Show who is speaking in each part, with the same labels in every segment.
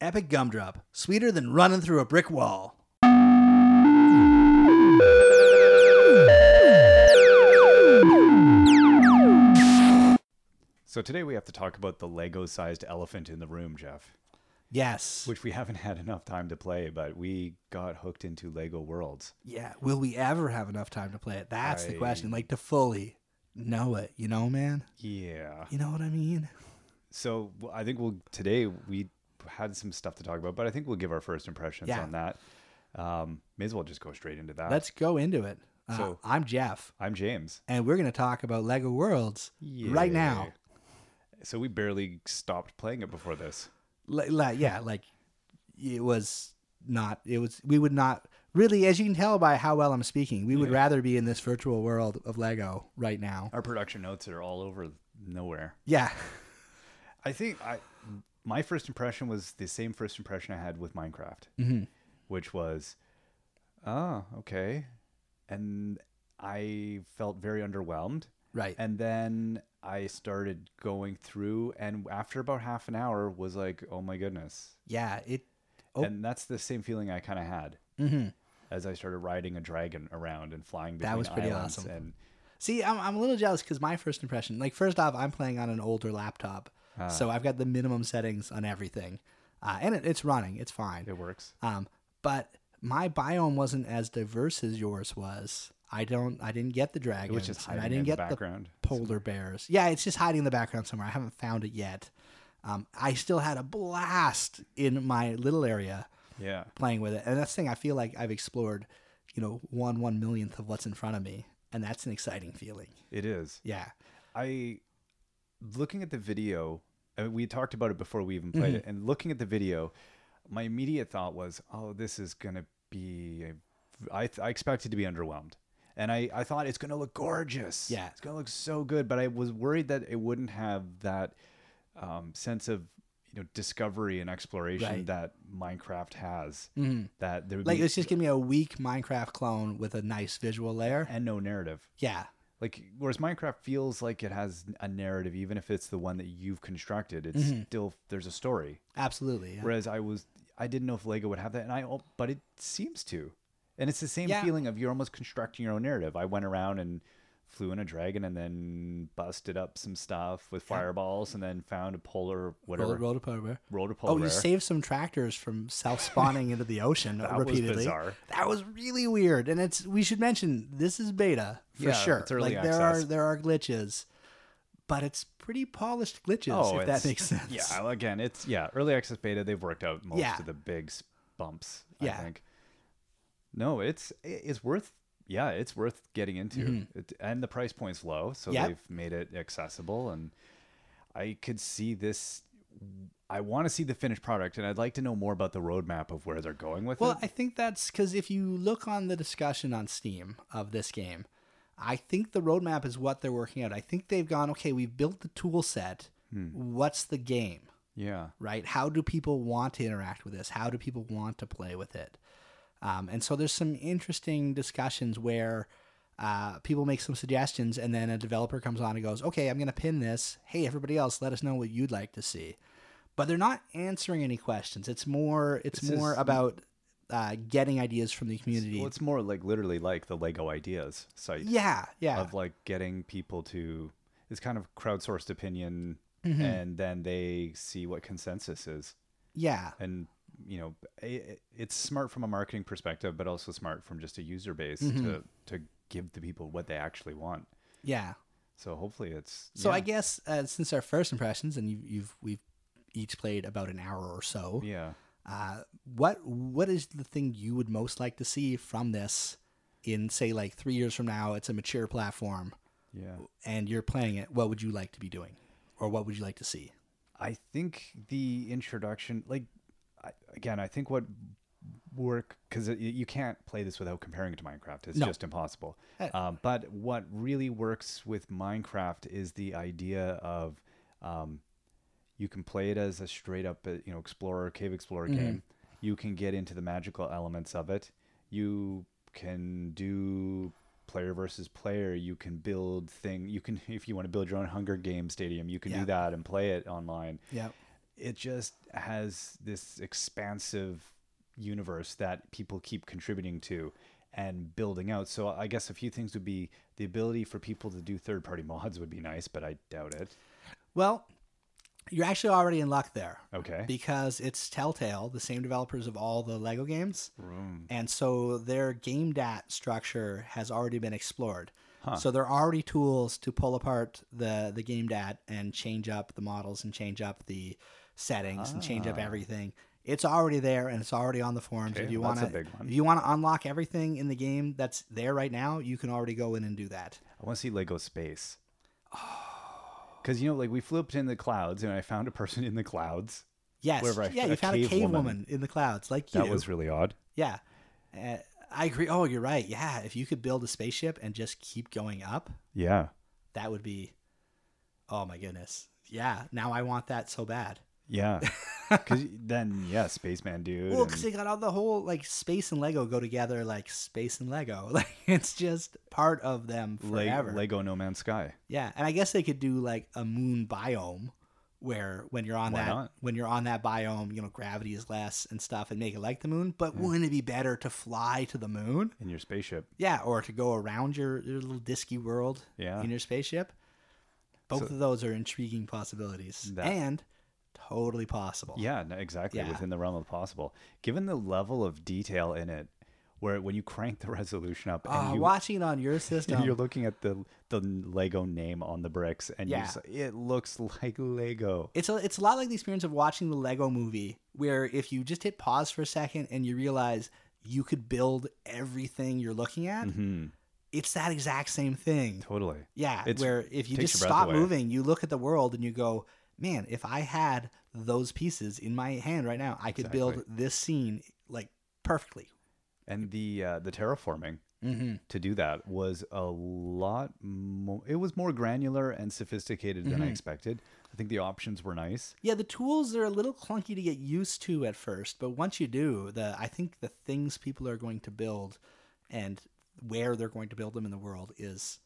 Speaker 1: Epic Gumdrop, sweeter than running through a brick wall.
Speaker 2: So today we have to talk about the Lego-sized elephant in the room, Jeff,
Speaker 1: Yes.
Speaker 2: which we haven't had enough time to play, but we got hooked into Lego Worlds.
Speaker 1: yeah. Will we ever have enough time to play it? That's the
Speaker 2: I-
Speaker 1: question. Like to fully know it, you know, man?
Speaker 2: Yeah.
Speaker 1: You know what I mean?
Speaker 2: So w- I think we'll today we had some stuff to talk about, but I think we'll give our first impressions
Speaker 1: Yeah.
Speaker 2: on that. Um, may as well just go straight into that.
Speaker 1: Let's go into it. Uh,
Speaker 2: So-
Speaker 1: I'm Jeff,
Speaker 2: I'm James.
Speaker 1: and we're going to talk about Lego Worlds right now.
Speaker 2: So we barely stopped playing it before this.
Speaker 1: Like, like, yeah, like it was not, it was, we would not really, as you can tell by how well I'm speaking, we would rather be in this virtual world of Lego right now.
Speaker 2: Our production notes are all over nowhere.
Speaker 1: Yeah.
Speaker 2: I think I my first impression was the same first impression I had with Minecraft,
Speaker 1: Mm-hmm.
Speaker 2: which was, oh, okay, and I felt very underwhelmed.
Speaker 1: Right.
Speaker 2: And then I started going through, and after about half an hour, was like, oh my goodness,
Speaker 1: yeah. It, Oh. Mm-hmm.
Speaker 2: and that's the same feeling I kind of had as I started riding a dragon around and flying. Between
Speaker 1: was pretty
Speaker 2: islands
Speaker 1: awesome.
Speaker 2: And
Speaker 1: See, I'm, I'm a little jealous because my first impression, like, first off, I'm playing on an older laptop.
Speaker 2: Ah.
Speaker 1: so I've got the minimum settings on everything. Uh, and it, it's running, it's fine.
Speaker 2: it works.
Speaker 1: Um, but my biome wasn't as diverse as yours was. I don't, I didn't get the dragons.
Speaker 2: was just
Speaker 1: and I
Speaker 2: hiding
Speaker 1: didn't
Speaker 2: in the
Speaker 1: get
Speaker 2: background.
Speaker 1: the polar bears. Yeah, it's just hiding in the background somewhere. I haven't found it yet. Um, I still had a blast in my little area
Speaker 2: Yeah.
Speaker 1: playing with it. And that's the thing I feel like I've explored, you know, one one millionth of what's in front of me. And that's an exciting feeling.
Speaker 2: It is.
Speaker 1: Yeah.
Speaker 2: I looking at the video. I mean, we talked about it before we even
Speaker 1: Mm-hmm.
Speaker 2: played it, and looking at the video, my immediate thought was, "Oh, this is gonna be." a- I th- I expected to be underwhelmed, and I I thought it's gonna look gorgeous.
Speaker 1: Yeah.
Speaker 2: it's gonna look so good, but I was worried that it wouldn't have that um, sense of you know discovery and exploration
Speaker 1: Right. Mm-hmm.
Speaker 2: that Minecraft has. That there would
Speaker 1: Like
Speaker 2: be
Speaker 1: it's just gonna be a weak Minecraft clone with a nice visual layer.
Speaker 2: and no narrative.
Speaker 1: Yeah.
Speaker 2: Like whereas Minecraft feels like it has a narrative, even if it's the one that you've constructed, it's still there's a story.
Speaker 1: Absolutely. Mm-hmm. yeah.
Speaker 2: Whereas I was I didn't know if Lego would have that, and I al- but it seems to, and it's the same
Speaker 1: Yeah.
Speaker 2: feeling of you're almost constructing your own narrative. I went around and flew in a dragon, and then busted up some stuff with fireballs, and then found a polar
Speaker 1: Roll,
Speaker 2: whatever
Speaker 1: roll to polar bear.
Speaker 2: rolled a polar.
Speaker 1: Oh, you
Speaker 2: bear.
Speaker 1: saved some tractors from self spawning into the ocean
Speaker 2: That was
Speaker 1: repeatedly.
Speaker 2: bizarre.
Speaker 1: That was really weird. And it's we should mention this is beta for
Speaker 2: Yeah,
Speaker 1: sure.
Speaker 2: it's early
Speaker 1: like there are
Speaker 2: access.
Speaker 1: there are glitches, but it's pretty polished glitches
Speaker 2: Oh,
Speaker 1: if that
Speaker 2: it's-
Speaker 1: makes sense.
Speaker 2: Yeah, well, again, it's yeah, early access beta. They've worked out most
Speaker 1: Yeah.
Speaker 2: of the big s- bumps.
Speaker 1: Yeah.
Speaker 2: I think. No, it's i- it's worth yeah, it's worth getting into, it, and the price point's low, so
Speaker 1: Mm-hmm. Yep.
Speaker 2: they've made it accessible, and I could see this. I want to see the finished product, and I'd like to know more about the roadmap of where they're going with
Speaker 1: Well,
Speaker 2: it.
Speaker 1: I think that's because if you look on the discussion on Steam of this game, I think the roadmap is what they're working out. I think they've gone, okay, we've built the tool set. What's the game,
Speaker 2: yeah,
Speaker 1: right? How do people want to interact with this? How do people want to play with it? Um, and so there's some interesting discussions where uh, people make some suggestions, and then a developer comes on and goes, okay, I'm going to pin this. Hey, everybody else, let us know what you'd like to see. But they're not answering any questions. It's more, it's
Speaker 2: This
Speaker 1: more
Speaker 2: is-
Speaker 1: about uh, getting ideas from the community.
Speaker 2: well, it's more like literally like the Lego Ideas site.
Speaker 1: yeah, yeah,
Speaker 2: of like getting people to this kind of crowdsourced opinion
Speaker 1: Mm-hmm.
Speaker 2: and then they see what consensus is
Speaker 1: yeah.
Speaker 2: and you know it, it's smart from a marketing perspective but also smart from just a user base
Speaker 1: Mm-hmm.
Speaker 2: to to give the people what they actually want
Speaker 1: Yeah.
Speaker 2: so hopefully it's
Speaker 1: So
Speaker 2: yeah,
Speaker 1: I guess uh, since our first impressions, and you've, you've we've each played about an hour or so.
Speaker 2: yeah
Speaker 1: Uh, what what is the thing you would most like to see from this? In say like three years from now, it's a mature platform,
Speaker 2: yeah
Speaker 1: and you're playing it. What would you like to be doing, or what would you like to see?
Speaker 2: I think the introduction, like, I, again, I think what work because you can't play this without comparing it to Minecraft. It's
Speaker 1: No.
Speaker 2: just impossible.
Speaker 1: Uh,
Speaker 2: Um, but what really works with Minecraft is the idea of um, you can play it as a straight up, uh, you know, explorer, cave explorer game. You can get into the magical elements of it. You can do player versus player. You can build thing. You can, if you want to build your own Hunger Game stadium, you can
Speaker 1: Yeah.
Speaker 2: do that and play it online
Speaker 1: Yeah,
Speaker 2: it just has this expansive universe that people keep contributing to and building out. So I guess a few things would be the ability for people to do third party mods would be nice, but I doubt it.
Speaker 1: Well, you're actually already in luck there
Speaker 2: Okay.
Speaker 1: because it's Telltale, the same developers of all the Lego games.
Speaker 2: Room.
Speaker 1: And so their game dat structure has already been explored. So there are already tools to pull apart the the game dat and change up the models and change up the settings and change up everything. It's already there and it's already on the forums.
Speaker 2: Ah. Okay,
Speaker 1: if you want
Speaker 2: that's a
Speaker 1: to,
Speaker 2: big one.
Speaker 1: if you want to unlock everything in the game that's there right now, you can already go in and do that.
Speaker 2: I want to see Lego Space.
Speaker 1: Oh.
Speaker 2: Because, you know, like we flipped in the clouds and I found a person in the clouds.
Speaker 1: Yes,
Speaker 2: Wherever I-
Speaker 1: yeah,
Speaker 2: a
Speaker 1: you found
Speaker 2: cave
Speaker 1: a cave woman.
Speaker 2: woman.
Speaker 1: in the clouds, like you.
Speaker 2: That was really odd.
Speaker 1: yeah, uh, I agree. Oh, you're right. Yeah, if you could build a spaceship and just keep going up,
Speaker 2: Yeah.
Speaker 1: that would be oh my goodness yeah now i want that so bad
Speaker 2: Yeah. Because then, yeah, Spaceman Dude.
Speaker 1: well
Speaker 2: and-
Speaker 1: because they got all the whole like space and lego go together like space and lego like it's just part of them
Speaker 2: Le-
Speaker 1: forever
Speaker 2: Lego No Man's Sky.
Speaker 1: yeah and i guess they could do like a moon biome where when you're on
Speaker 2: Why
Speaker 1: that
Speaker 2: not?
Speaker 1: when you're on that biome you know gravity is less and stuff and make it like the moon but
Speaker 2: Hmm.
Speaker 1: wouldn't it be better to fly to the moon
Speaker 2: in your spaceship.
Speaker 1: yeah or to go around your, your little disky world
Speaker 2: Yeah.
Speaker 1: in your spaceship. Both
Speaker 2: So-
Speaker 1: of those are intriguing possibilities
Speaker 2: That-
Speaker 1: and totally possible.
Speaker 2: Yeah, no, exactly.
Speaker 1: Yeah.
Speaker 2: Within the realm of possible. Given the level of detail in it, where when you crank the resolution up and
Speaker 1: Uh,
Speaker 2: you,
Speaker 1: watching it on your system.
Speaker 2: you're looking at the the Lego name on the bricks and
Speaker 1: Yeah.
Speaker 2: you just, it looks like Lego.
Speaker 1: It's a, it's a lot like the experience of watching the Lego movie, where if you just hit pause for a second and you realize you could build everything you're looking at,
Speaker 2: hmm
Speaker 1: it's that exact same thing.
Speaker 2: Totally.
Speaker 1: Yeah,
Speaker 2: It's-
Speaker 1: where if you
Speaker 2: takes
Speaker 1: just
Speaker 2: your breath
Speaker 1: stop
Speaker 2: away.
Speaker 1: moving, you look at the world and you go, man, if I had those pieces in my hand right now, I could build this scene like perfectly.
Speaker 2: And the uh, the terraforming
Speaker 1: Mm-hmm.
Speaker 2: to do that was a lot more. It was more granular and sophisticated than I
Speaker 1: Mm-hmm.
Speaker 2: expected. I think the options were nice.
Speaker 1: Yeah, the tools are a little clunky to get used to at first, but once you do, the I think the things people are going to build and where they're going to build them in the world is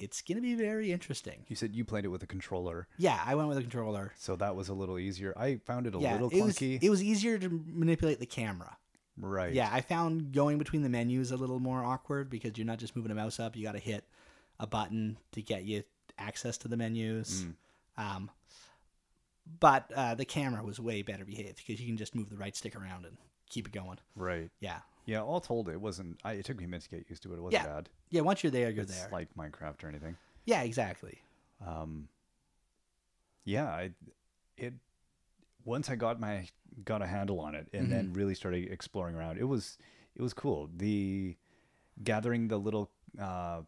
Speaker 1: it's going to be very interesting.
Speaker 2: You said you played it with a controller,
Speaker 1: Yeah, I went with a controller.
Speaker 2: so that was a little easier. I found it a
Speaker 1: yeah,
Speaker 2: little
Speaker 1: it was
Speaker 2: clunky.
Speaker 1: it was easier to manipulate the camera.
Speaker 2: right.
Speaker 1: Yeah, I found going between the menus a little more awkward because you're not just moving a mouse up; you got to hit a button to get you access to the
Speaker 2: Mm.
Speaker 1: menus. Um, but uh, the camera was way better behaved because you can just move the right stick around and keep it going.
Speaker 2: Right.
Speaker 1: Yeah,
Speaker 2: Yeah, all told, it wasn't. I, it took me a minute to get used to it. It wasn't
Speaker 1: Yeah,
Speaker 2: bad.
Speaker 1: yeah. Once you're there, you're
Speaker 2: It's
Speaker 1: there.
Speaker 2: like Minecraft or anything.
Speaker 1: yeah, exactly.
Speaker 2: Um, yeah, I, it. Once I got my got a handle on it, and then
Speaker 1: Mm-hmm.
Speaker 2: really started exploring around, it was it was cool. The gathering the little, uh,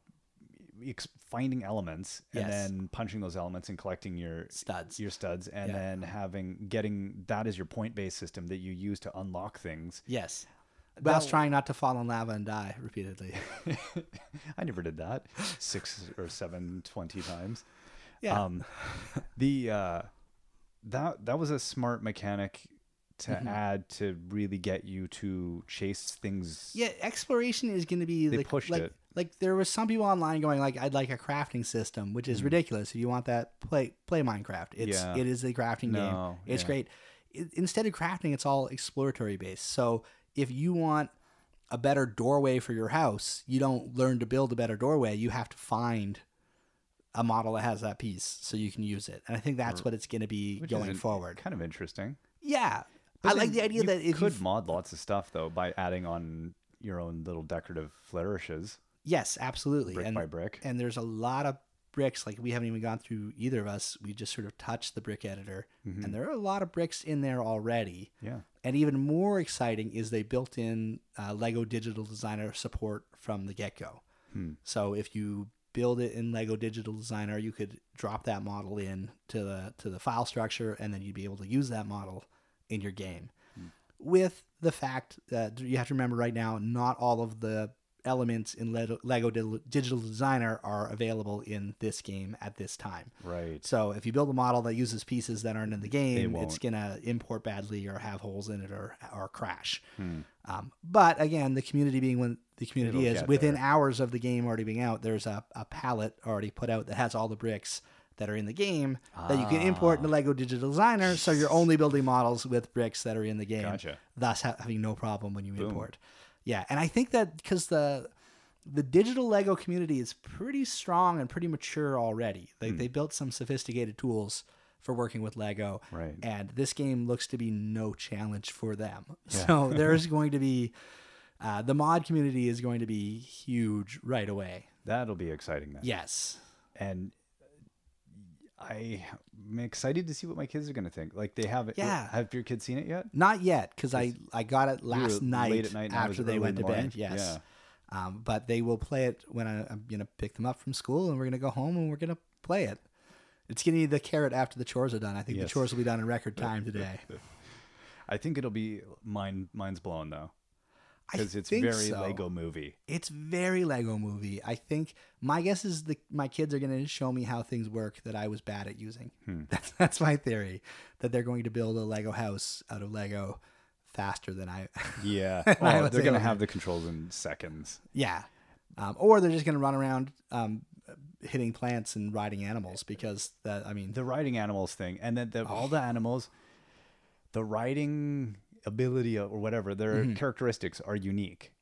Speaker 2: ex- finding elements, and
Speaker 1: Yes.
Speaker 2: then punching those elements and collecting your
Speaker 1: Studs.
Speaker 2: your studs, and
Speaker 1: Yeah.
Speaker 2: then having getting that is your point based system that you use to unlock things.
Speaker 1: Yes.
Speaker 2: That
Speaker 1: Whilst
Speaker 2: w-
Speaker 1: trying not to fall in lava and die repeatedly.
Speaker 2: I never did that six or seven, 20 times.
Speaker 1: Yeah.
Speaker 2: Um, the uh, that that was a smart mechanic to
Speaker 1: Mm-hmm.
Speaker 2: add to really get you to chase things.
Speaker 1: Yeah, exploration is going to be
Speaker 2: They
Speaker 1: like,
Speaker 2: pushed
Speaker 1: like,
Speaker 2: it.
Speaker 1: Like there was some people online going like, "I'd like a crafting system," which is ridiculous. If you want that, play play Minecraft. It's
Speaker 2: Hmm. Yeah.
Speaker 1: it is a crafting
Speaker 2: No,
Speaker 1: game. It's
Speaker 2: yeah.
Speaker 1: great. I instead of crafting, it's all exploratory based. So if you want a better doorway for your house, you don't learn to build a better doorway. You have to find a model that has that piece so you can use it. And I think that's what it's going to be
Speaker 2: which is
Speaker 1: going
Speaker 2: in-
Speaker 1: forward.
Speaker 2: Kind of interesting.
Speaker 1: Yeah.
Speaker 2: But
Speaker 1: I like
Speaker 2: then
Speaker 1: the idea
Speaker 2: you
Speaker 1: that if you
Speaker 2: could mod lots of stuff though by adding on your own little decorative flourishes
Speaker 1: Yes, absolutely.
Speaker 2: brick
Speaker 1: and
Speaker 2: by brick.
Speaker 1: and there's a lot of bricks like we haven't even gone through either of us we just sort of touched the brick editor and there are a lot of bricks in there already
Speaker 2: Mm-hmm. yeah.
Speaker 1: and even more exciting is they built in uh, lego digital designer support from the get-go
Speaker 2: Hmm.
Speaker 1: so if you build it in lego digital designer you could drop that model in to the to the file structure and then you'd be able to use that model in your game with the fact that you have to remember right now, not all of the elements in Lego, Lego Di- Digital Designer are available in this game at this time.
Speaker 2: Right.
Speaker 1: So if you build a model that uses pieces that aren't in the game, it's
Speaker 2: won't.
Speaker 1: gonna import badly or have holes in it or or crash.
Speaker 2: Hmm.
Speaker 1: Um, but again, the community being when the community
Speaker 2: It'll
Speaker 1: is
Speaker 2: get
Speaker 1: within
Speaker 2: there.
Speaker 1: hours of the game already being out, there's a, a palette already put out that has all the bricks that are in the game that you can import
Speaker 2: Ah.
Speaker 1: into Lego Digital Designer. So you're only building models with bricks that are in the game,
Speaker 2: Gotcha.
Speaker 1: thus ha- having no problem when you import. Yeah, and I think that because the the digital Lego community is pretty strong and pretty mature already. They they built some sophisticated tools for working with Lego,
Speaker 2: Right.
Speaker 1: and this game looks to be no challenge for them. So there's going to be uh, the mod community is going to be huge right away.
Speaker 2: That'll be exciting then.
Speaker 1: Yes.
Speaker 2: And I'm excited to see what my kids are going to think. Like they haven't.
Speaker 1: Yeah.
Speaker 2: Have your kids seen it yet?
Speaker 1: Not yet, because I, I got it
Speaker 2: were
Speaker 1: last
Speaker 2: late
Speaker 1: night,
Speaker 2: at night and I was
Speaker 1: after they
Speaker 2: early
Speaker 1: went
Speaker 2: in
Speaker 1: to
Speaker 2: the
Speaker 1: bed.
Speaker 2: morning.
Speaker 1: Yes. Um, but they will play it when I, I'm going to pick them up from school and we're going to go home and we're going to play it. It's going to be the carrot after the chores are done. I think the
Speaker 2: Yes.
Speaker 1: chores will be done in record time today.
Speaker 2: I think it'll be mind mind's blown though,
Speaker 1: I
Speaker 2: because it's
Speaker 1: think
Speaker 2: very
Speaker 1: so.
Speaker 2: Lego movie.
Speaker 1: It's very Lego movie. I think my guess is the my kids are going to show me how things work that I was bad at using.
Speaker 2: Hmm.
Speaker 1: That's that's my theory that they're going to build a Lego house out of Lego faster than I
Speaker 2: Yeah.
Speaker 1: I
Speaker 2: oh,
Speaker 1: was
Speaker 2: they're
Speaker 1: able
Speaker 2: gonna
Speaker 1: to-
Speaker 2: have the controls in seconds.
Speaker 1: Yeah. Um, or they're just going to run around um, hitting plants and riding animals because that, I mean,
Speaker 2: The riding animals thing, and then
Speaker 1: Oh.
Speaker 2: the, all the animals, the riding ability or whatever their characteristics are unique.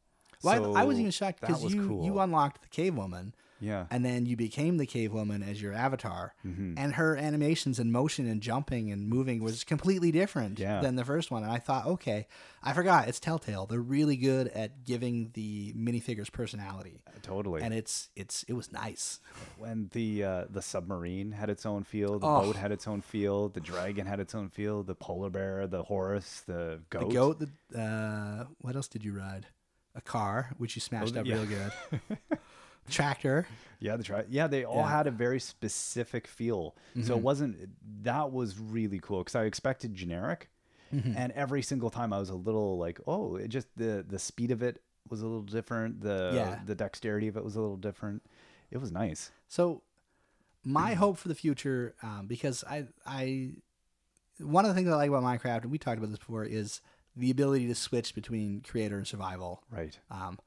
Speaker 1: Mm-hmm. well, I, I was
Speaker 2: So
Speaker 1: even shocked
Speaker 2: that
Speaker 1: because
Speaker 2: was
Speaker 1: you,
Speaker 2: cool.
Speaker 1: you unlocked the cave woman
Speaker 2: yeah. Mm-hmm.
Speaker 1: and then you became the cave woman as your avatar. And her animations and motion and jumping and moving was completely different
Speaker 2: Yeah.
Speaker 1: than the first one. And I thought, okay, I forgot. It's Telltale. They're really good at giving the minifigures personality.
Speaker 2: Totally.
Speaker 1: And it's it's it was nice.
Speaker 2: when the uh, the submarine had its own feel, the
Speaker 1: Oh.
Speaker 2: boat had its own feel, the dragon had its own feel, the polar bear, the horse, the goat.
Speaker 1: The goat. The uh, what else did you ride? A car, which you smashed
Speaker 2: Oh,
Speaker 1: up
Speaker 2: yeah.
Speaker 1: real good. Tractor.
Speaker 2: Yeah, the tri- yeah, they all
Speaker 1: Yeah. Mm-hmm.
Speaker 2: had a very specific feel. So it wasn't that was really cool because I expected generic,
Speaker 1: Mm-hmm.
Speaker 2: and every single time I was a little like, oh, it just the the speed of it was a little different. The
Speaker 1: Yeah.
Speaker 2: the dexterity of it was a little different. It was nice.
Speaker 1: So, my
Speaker 2: Hmm.
Speaker 1: hope for the future, um, because I I one of the things I like about Minecraft, and we talked about this before, is the ability to switch between creator and survival.
Speaker 2: Right.
Speaker 1: Um,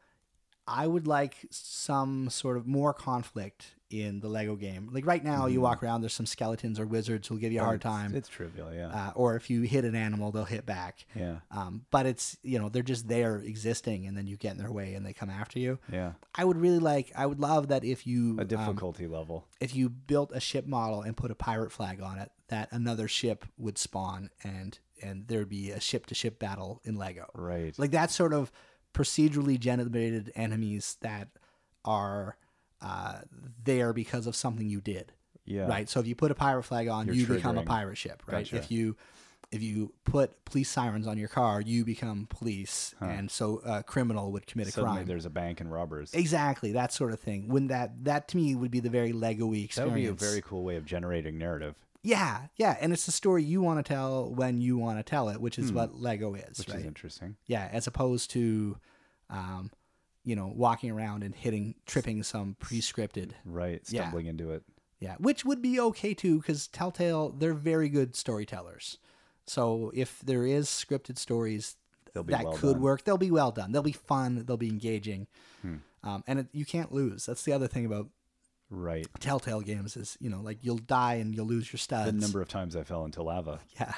Speaker 1: I would like some sort of more conflict in the Lego game. Like right now,
Speaker 2: Hmm.
Speaker 1: you walk around, there's some skeletons or wizards who'll give you a hard
Speaker 2: It's-
Speaker 1: time.
Speaker 2: It's trivial. Yeah.
Speaker 1: uh, or if you hit an animal, they'll hit back.
Speaker 2: yeah.
Speaker 1: Um, but it's you know they're just there existing, and then you get in their way and they come after you.
Speaker 2: Yeah.
Speaker 1: I would really like. I would love that if you
Speaker 2: A
Speaker 1: um,
Speaker 2: difficulty level.
Speaker 1: if you built a ship model and put a pirate flag on it, that another ship would spawn and and there'd be a ship to ship battle in Lego.
Speaker 2: Right.
Speaker 1: Like that sort of procedurally generated enemies that are uh, there because of something you did
Speaker 2: yeah.
Speaker 1: right? So if you put a pirate flag on,
Speaker 2: You're
Speaker 1: you become a
Speaker 2: triggering.
Speaker 1: pirate ship, right?
Speaker 2: Gotcha.
Speaker 1: If you if you put police sirens on your car, you become police, and so a criminal would commit a
Speaker 2: Suddenly
Speaker 1: crime.
Speaker 2: there's a bank and robbers.
Speaker 1: Exactly that sort of thing. When that that to me would be the very Lego-y experience.
Speaker 2: That would be a very cool way of generating narrative,
Speaker 1: yeah, yeah, and it's the story you want to tell when you want to tell it, which is what Lego is,
Speaker 2: Hmm. which
Speaker 1: right?
Speaker 2: is interesting.
Speaker 1: yeah, as opposed to, um, you know, walking around and hitting tripping some pre-scripted
Speaker 2: Right.
Speaker 1: Yeah.
Speaker 2: Stumbling into it.
Speaker 1: Yeah, which would be okay too, because Telltale they're very good storytellers. So if there is scripted stories
Speaker 2: They'll be
Speaker 1: that
Speaker 2: well
Speaker 1: could
Speaker 2: done. Hmm.
Speaker 1: work, they'll be well done. They'll be fun. They'll be engaging, um, and it, you can't lose. That's the other thing about
Speaker 2: Right.
Speaker 1: Telltale games is you know like you'll die and you'll lose your studs.
Speaker 2: The number of times I fell into lava.
Speaker 1: yeah.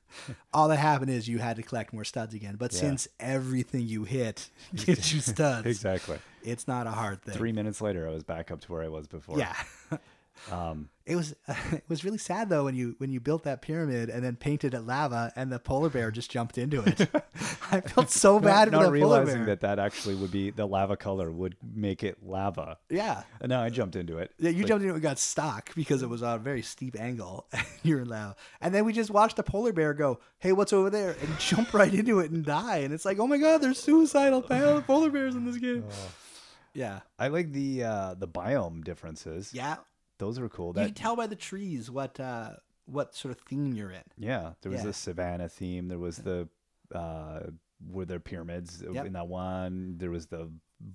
Speaker 1: All that happened is you had to collect more studs again. But since everything you hit gives you studs,
Speaker 2: Exactly.
Speaker 1: it's not a hard thing.
Speaker 2: Three minutes later, I was back up to where I was before.
Speaker 1: Yeah.
Speaker 2: Um,
Speaker 1: it was it was really sad though when you when you built that pyramid and then painted it lava and the polar bear just jumped into it. I felt so bad
Speaker 2: Not, not
Speaker 1: for the polar
Speaker 2: realizing
Speaker 1: bear.
Speaker 2: that that actually would be the lava color would make it lava.
Speaker 1: yeah.
Speaker 2: And now I jumped into it.
Speaker 1: Yeah, you jumped into it and got stuck because it was on a very steep angle. you were in lava. And then we just watched the polar bear go, hey, what's over there? And jump right into it and die. And it's like, oh my God, there's suicidal pol- polar bears in this game.
Speaker 2: Oh.
Speaker 1: Yeah.
Speaker 2: I like the uh, the biome differences.
Speaker 1: Yeah.
Speaker 2: Those are cool.
Speaker 1: You
Speaker 2: That
Speaker 1: can tell by the trees what uh, what sort of theme you're in.
Speaker 2: yeah, there was
Speaker 1: Yeah.
Speaker 2: the savannah theme. There was the uh, were there pyramids
Speaker 1: Yep.
Speaker 2: in that one. There was the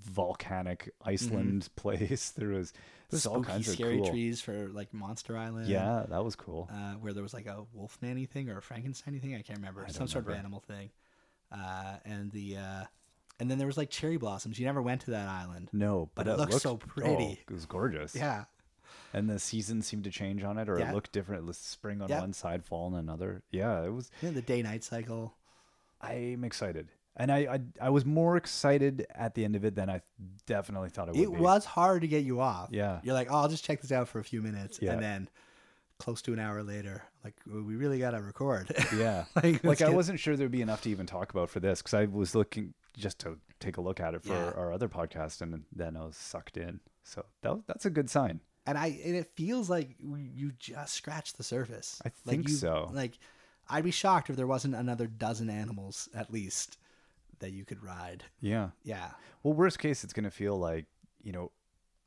Speaker 2: volcanic Iceland place. There was, there was all
Speaker 1: spooky,
Speaker 2: kinds of
Speaker 1: scary
Speaker 2: cool.
Speaker 1: trees for like Monster Island.
Speaker 2: Yeah, that was cool.
Speaker 1: Uh, where there was like a Wolfman thing or a Frankenstein thing. I can't remember. Some sort of animal thing. Uh, and the uh, and then there was like cherry blossoms. You never went to that island.
Speaker 2: no, but
Speaker 1: it
Speaker 2: it
Speaker 1: looks
Speaker 2: looked
Speaker 1: so pretty.
Speaker 2: oh, it was gorgeous.
Speaker 1: Yeah.
Speaker 2: and the seasons seemed to change on it, or
Speaker 1: Yeah.
Speaker 2: it looked different. It was spring on
Speaker 1: Yeah.
Speaker 2: one side, fall on another. Yeah, it was.
Speaker 1: Yeah, the day night cycle.
Speaker 2: I'm excited, and I, I I was more excited at the end of it than I definitely thought it would
Speaker 1: It
Speaker 2: be.
Speaker 1: was hard to get you off.
Speaker 2: Yeah.
Speaker 1: You're like, oh, I'll just check this out for a few minutes.
Speaker 2: Yeah.
Speaker 1: And then close to an hour later, like, "Well, we really got to record.
Speaker 2: Yeah.
Speaker 1: like,
Speaker 2: like
Speaker 1: let's
Speaker 2: I
Speaker 1: get-
Speaker 2: wasn't sure there'd be enough to even talk about for this because I was looking just to take a look at it for
Speaker 1: Yeah.
Speaker 2: our other podcast, and then I was sucked in. So that was, that's a good sign.
Speaker 1: And I, and it feels like we- you just scratched the surface.
Speaker 2: I
Speaker 1: Like,
Speaker 2: think
Speaker 1: you-
Speaker 2: so.
Speaker 1: Like, I'd be shocked if there wasn't another dozen animals at least that you could ride.
Speaker 2: Yeah.
Speaker 1: Yeah.
Speaker 2: Well, worst case, it's gonna feel like you know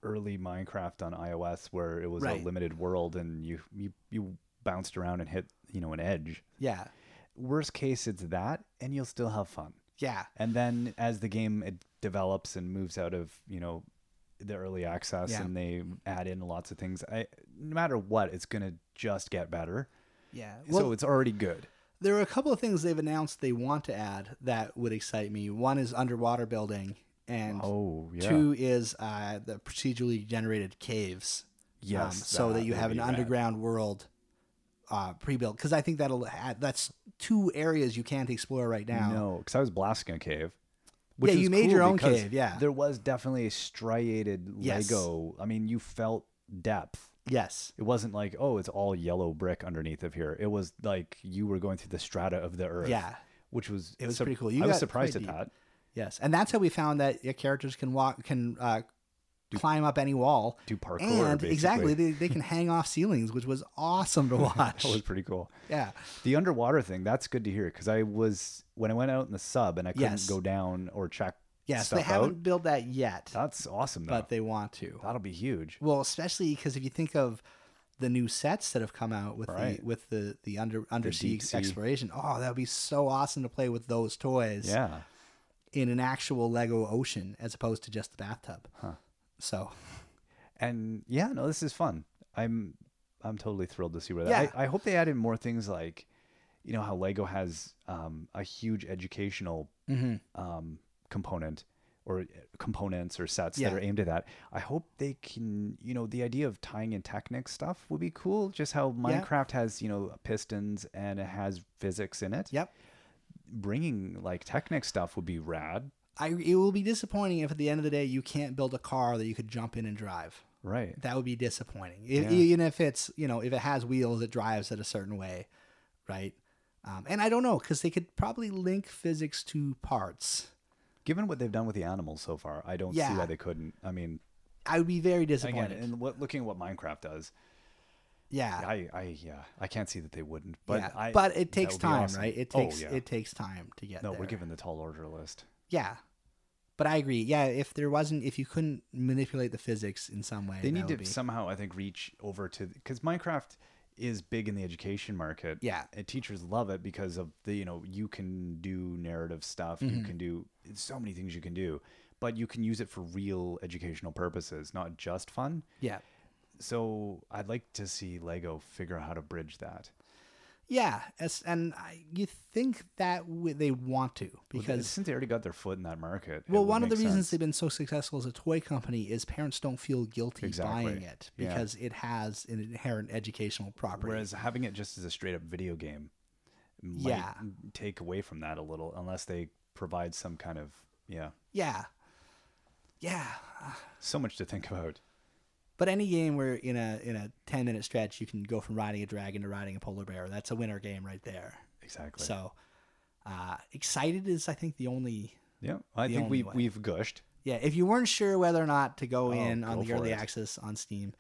Speaker 2: early Minecraft on iOS where it was
Speaker 1: Right.
Speaker 2: a limited world and you you you bounced around and hit you know an edge.
Speaker 1: Yeah.
Speaker 2: Worst case, it's that, and you'll still have fun.
Speaker 1: Yeah.
Speaker 2: And then as the game it develops and moves out of, you know, the early access
Speaker 1: Yeah.
Speaker 2: and they add in lots of things, I no matter what, it's going to just get better.
Speaker 1: Yeah.
Speaker 2: so it's already good.
Speaker 1: There are a couple of things they've announced they want to add that would excite me. One is underwater building, and
Speaker 2: Oh, yeah.
Speaker 1: two is uh, the procedurally generated caves. um,
Speaker 2: Yes,
Speaker 1: so that,
Speaker 2: that
Speaker 1: you
Speaker 2: would
Speaker 1: have an
Speaker 2: be rad.
Speaker 1: underground world uh, pre-built, because I think that'll add, that's two areas you can't explore right now.
Speaker 2: No, cuz I was blasting a cave. Which
Speaker 1: Yeah, you
Speaker 2: is
Speaker 1: made your
Speaker 2: cool
Speaker 1: own
Speaker 2: because
Speaker 1: cave, yeah.
Speaker 2: There was definitely a striated
Speaker 1: Yes.
Speaker 2: Lego. I mean, you felt depth.
Speaker 1: Yes.
Speaker 2: It wasn't like, oh, it's all yellow brick underneath of here. It was like you were going through the strata of the earth.
Speaker 1: Yeah.
Speaker 2: Which was
Speaker 1: It was
Speaker 2: sup-
Speaker 1: pretty cool. You
Speaker 2: I was
Speaker 1: got
Speaker 2: surprised at
Speaker 1: quite
Speaker 2: that.
Speaker 1: Yes, and that's how we found that your characters can walk, can uh, climb up any wall,
Speaker 2: do parkour,
Speaker 1: and exactly
Speaker 2: basically.
Speaker 1: they, they can hang off ceilings, which was awesome to watch.
Speaker 2: That was pretty cool.
Speaker 1: yeah.
Speaker 2: The underwater thing, that's good to hear because I was when I went out in the sub and I couldn't
Speaker 1: Yes.
Speaker 2: go down or check
Speaker 1: Yes,
Speaker 2: stuff
Speaker 1: they haven't
Speaker 2: out.
Speaker 1: built that yet,
Speaker 2: That's awesome though.
Speaker 1: but they want to.
Speaker 2: That'll be huge.
Speaker 1: Well, especially because if you think of the new sets that have come out with
Speaker 2: Right.
Speaker 1: the with the the under undersea
Speaker 2: deep sea.
Speaker 1: exploration, oh, that would be so awesome to play with those toys
Speaker 2: Yeah.
Speaker 1: in an actual Lego ocean as opposed to just the bathtub. So
Speaker 2: And yeah, no, this is fun. I'm I'm totally thrilled to see where
Speaker 1: Yeah.
Speaker 2: that. I, I hope they added more things like, you know, how Lego has um, a huge educational
Speaker 1: mm-hmm.
Speaker 2: um, component or uh, components or sets
Speaker 1: Yeah.
Speaker 2: that are aimed at that. I hope they can, you know, the idea of tying in Technic stuff would be cool. Just how
Speaker 1: Yeah.
Speaker 2: Minecraft has, you know, pistons and it has physics in it.
Speaker 1: yep.
Speaker 2: Bringing like Technic stuff would be rad.
Speaker 1: I, it will be disappointing if at the end of the day you can't build a car that you could jump in and drive.
Speaker 2: Right.
Speaker 1: That would be disappointing. E- Even if it's, you know, if it has wheels, it drives at a certain way, right? Um, and I don't know because they could probably link physics to parts.
Speaker 2: Given what they've done with the animals so far, I don't
Speaker 1: Yeah.
Speaker 2: see why they couldn't. I mean,
Speaker 1: I would be very
Speaker 2: again,
Speaker 1: disappointed.
Speaker 2: and what looking at what Minecraft does,
Speaker 1: yeah.
Speaker 2: I, I, yeah, I can't see that they wouldn't. But
Speaker 1: yeah.
Speaker 2: I,
Speaker 1: but it
Speaker 2: that
Speaker 1: takes
Speaker 2: would be
Speaker 1: time,
Speaker 2: awesome.
Speaker 1: right? It
Speaker 2: Oh,
Speaker 1: takes
Speaker 2: yeah.
Speaker 1: it takes time to get
Speaker 2: no,
Speaker 1: there.
Speaker 2: we're given the tall order list.
Speaker 1: yeah. But I agree. Yeah, if there wasn't if you couldn't manipulate the physics in some way,
Speaker 2: they
Speaker 1: that
Speaker 2: need to
Speaker 1: would be,
Speaker 2: somehow i think reach over to because minecraft is big in the education market
Speaker 1: Yeah.
Speaker 2: and teachers love it because of the you know you can do narrative stuff
Speaker 1: Mm-hmm.
Speaker 2: you can do so many things you can do but you can use it for real educational purposes not just fun
Speaker 1: Yeah.
Speaker 2: so i'd like to see lego figure out how to bridge that
Speaker 1: Yeah, as, and I, you think that w- they want to because
Speaker 2: since they already got their foot in that market it
Speaker 1: well,
Speaker 2: would
Speaker 1: one of the
Speaker 2: make
Speaker 1: reasons
Speaker 2: sense.
Speaker 1: they've been so successful as a toy company is parents don't feel guilty
Speaker 2: Exactly.
Speaker 1: buying it
Speaker 2: Yeah.
Speaker 1: because it has an inherent educational property.
Speaker 2: whereas having it just as a straight up video game might
Speaker 1: Yeah.
Speaker 2: take away from that a little unless they provide some kind of yeah
Speaker 1: yeah, yeah.
Speaker 2: so much to think about.
Speaker 1: But any game where in a in a ten minute stretch you can go from riding a dragon to riding a polar bear, that's a winner game right there.
Speaker 2: Exactly.
Speaker 1: So uh, excited is I think the only
Speaker 2: yeah, I
Speaker 1: the
Speaker 2: think
Speaker 1: only
Speaker 2: we
Speaker 1: way.
Speaker 2: we've gushed.
Speaker 1: Yeah, if you weren't sure whether or not to go in on
Speaker 2: Oh, go
Speaker 1: the
Speaker 2: for
Speaker 1: early
Speaker 2: it.
Speaker 1: access on Steam,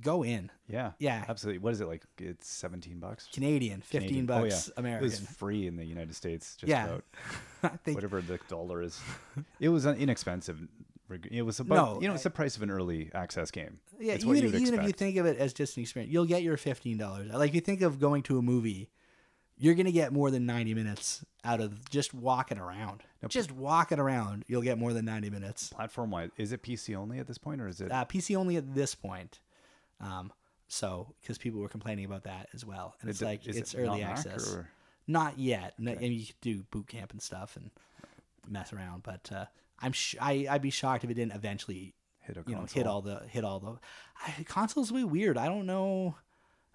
Speaker 1: go in.
Speaker 2: Yeah.
Speaker 1: Yeah.
Speaker 2: Absolutely. What is it like? It's seventeen bucks.
Speaker 1: Canadian, fifteen
Speaker 2: Canadian. Oh,
Speaker 1: bucks
Speaker 2: yeah. It was
Speaker 1: American.
Speaker 2: free in the United States. Just
Speaker 1: Yeah,
Speaker 2: about
Speaker 1: I think
Speaker 2: whatever the dollar is. It was an inexpensive. reg- It was about
Speaker 1: No,
Speaker 2: you know it's the price of an early access game.
Speaker 1: yeah.
Speaker 2: it's what
Speaker 1: Even,
Speaker 2: you'd
Speaker 1: even if you
Speaker 2: expect.
Speaker 1: think of it as just an experience, you'll get your fifteen dollars. Like if you think of going to a movie, you're gonna get more than ninety minutes out of just walking around. Just walking around, you'll get more than ninety minutes.
Speaker 2: platform wise, is it PC only at this point or is it?
Speaker 1: Uh, PC only at this point. Um, so because people were complaining about that as well, and it's
Speaker 2: it-
Speaker 1: like
Speaker 2: is it
Speaker 1: it's early
Speaker 2: not Mac
Speaker 1: access.
Speaker 2: or-
Speaker 1: Not yet. No- And you could do boot camp and stuff and mess around, but uh, I'm sh- I, I'd be shocked if it didn't eventually
Speaker 2: hit a
Speaker 1: you know
Speaker 2: console.
Speaker 1: hit all the hit all the I, consoles would be weird i don't know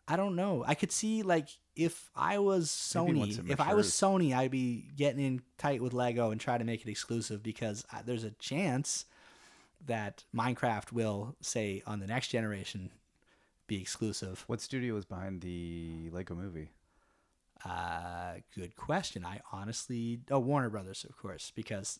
Speaker 1: i don't know i could see like if i was
Speaker 2: Maybe once
Speaker 1: sony
Speaker 2: it
Speaker 1: if i was sony i'd be getting in tight with lego and try to make it exclusive because I, there's a chance that minecraft will say on the next generation be exclusive
Speaker 2: What studio was behind the Lego movie?
Speaker 1: uh good question i honestly oh warner brothers of course because